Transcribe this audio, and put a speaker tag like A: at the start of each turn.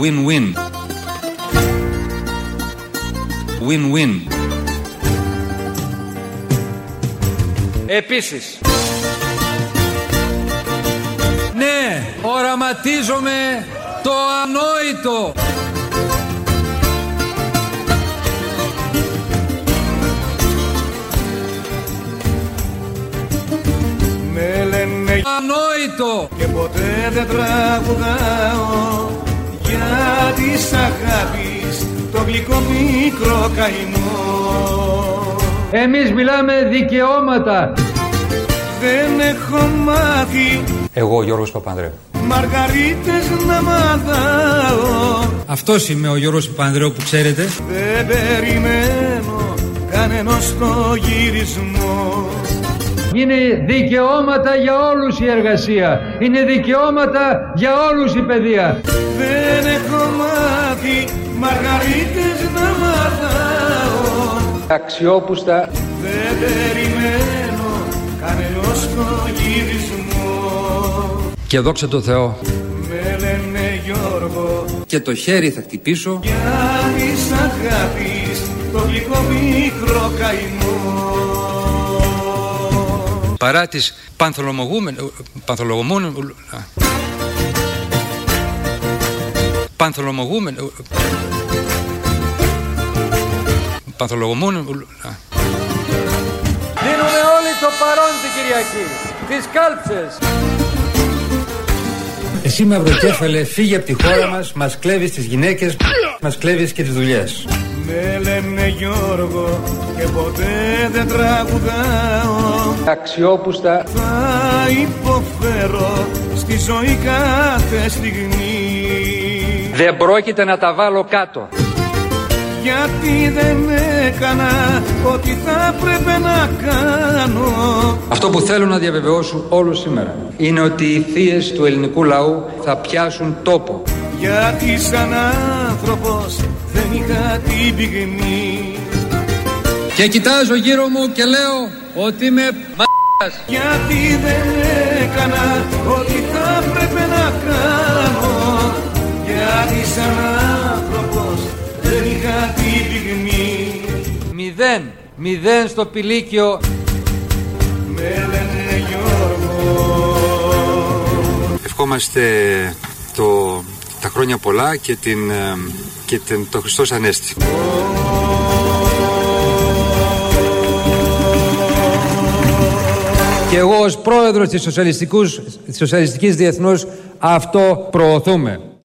A: Win-win. Win-win.
B: Επίσης,
C: Ναι, οραματίζομαι το ανόητο.
D: Με λένε
C: Ανόητο.
D: και ποτέ δεν τραγουδάω Για της αγάπης το γλυκό μικρό καημό
B: εμείς μιλάμε δικαιώματα.
D: Δεν έχω μάθει
E: Εγώ, Γιώργος Παπανδρέου.
D: μαργαρίτες να μάθω
C: Αυτός είμαι ο Γιώργος Παπανδρέου που ξέρετε.
D: Δεν περιμένω κανένας το γυρισμό
B: Είναι δικαιώματα για όλους η εργασία. Είναι δικαιώματα για όλους η παιδεία.
D: Δεν έχω μάθει μαργαρίτες να μάθω
B: Αξιόπουστα
D: Δεν περιμένω κανένας το γυρισμό
C: Και δόξα τω Θεώ.
D: Με λένε Γιώργο
C: Και το χέρι θα χτυπήσω.
D: για της αγάπης το γλυκό μικρό καημό
C: Παρά τις πανθολομογούμεν- πανθολογομούν- πανθολομογούμεν- πανθολογομούν-
B: δίνουμε όλοι το παρόν την Κυριακή. Τις κάλψες.
C: Εσύ μαυροκέφαλε, φύγε από τη χώρα μας, μας κλέβεις τις γυναίκες, μας κλέβεις και τις δουλειές.
D: Με λένε Γιώργο και ποτέ δεν τραγουδάω
B: Αξιόπουστα
D: Θα υποφέρω στη ζωή κάθε στιγμή
B: δεν πρόκειται να τα βάλω κάτω.
D: Γιατί δεν έκανα ό,τι θα πρέπει να κάνω
B: Αυτό που θέλω να διαβεβαιώσω όλους σήμερα είναι ότι οι θείες του ελληνικού λαού θα πιάσουν τόπο.
D: Γιατί σαν άνθρωπος δεν είχα την πυγμή
C: Και κοιτάζω γύρω μου και λέω ότι είμαι μ***ας.
D: Γιατί δεν έκανα ό,τι θα πρέπει να κάνω Γιατί σαν άνθρωπος δεν είχα την πυγμή
B: Μηδέν, μηδέν στο πηλίκιο.
D: Με λένε Γιώργο
E: Ευχόμαστε το, τα χρόνια πολλά και, την, ε, και την, το Χριστός Ανέστη.
B: Και εγώ ως πρόεδρος της, Σοσιαλιστικούς, της Σοσιαλιστικής Διεθνούς αυτό προωθούμε.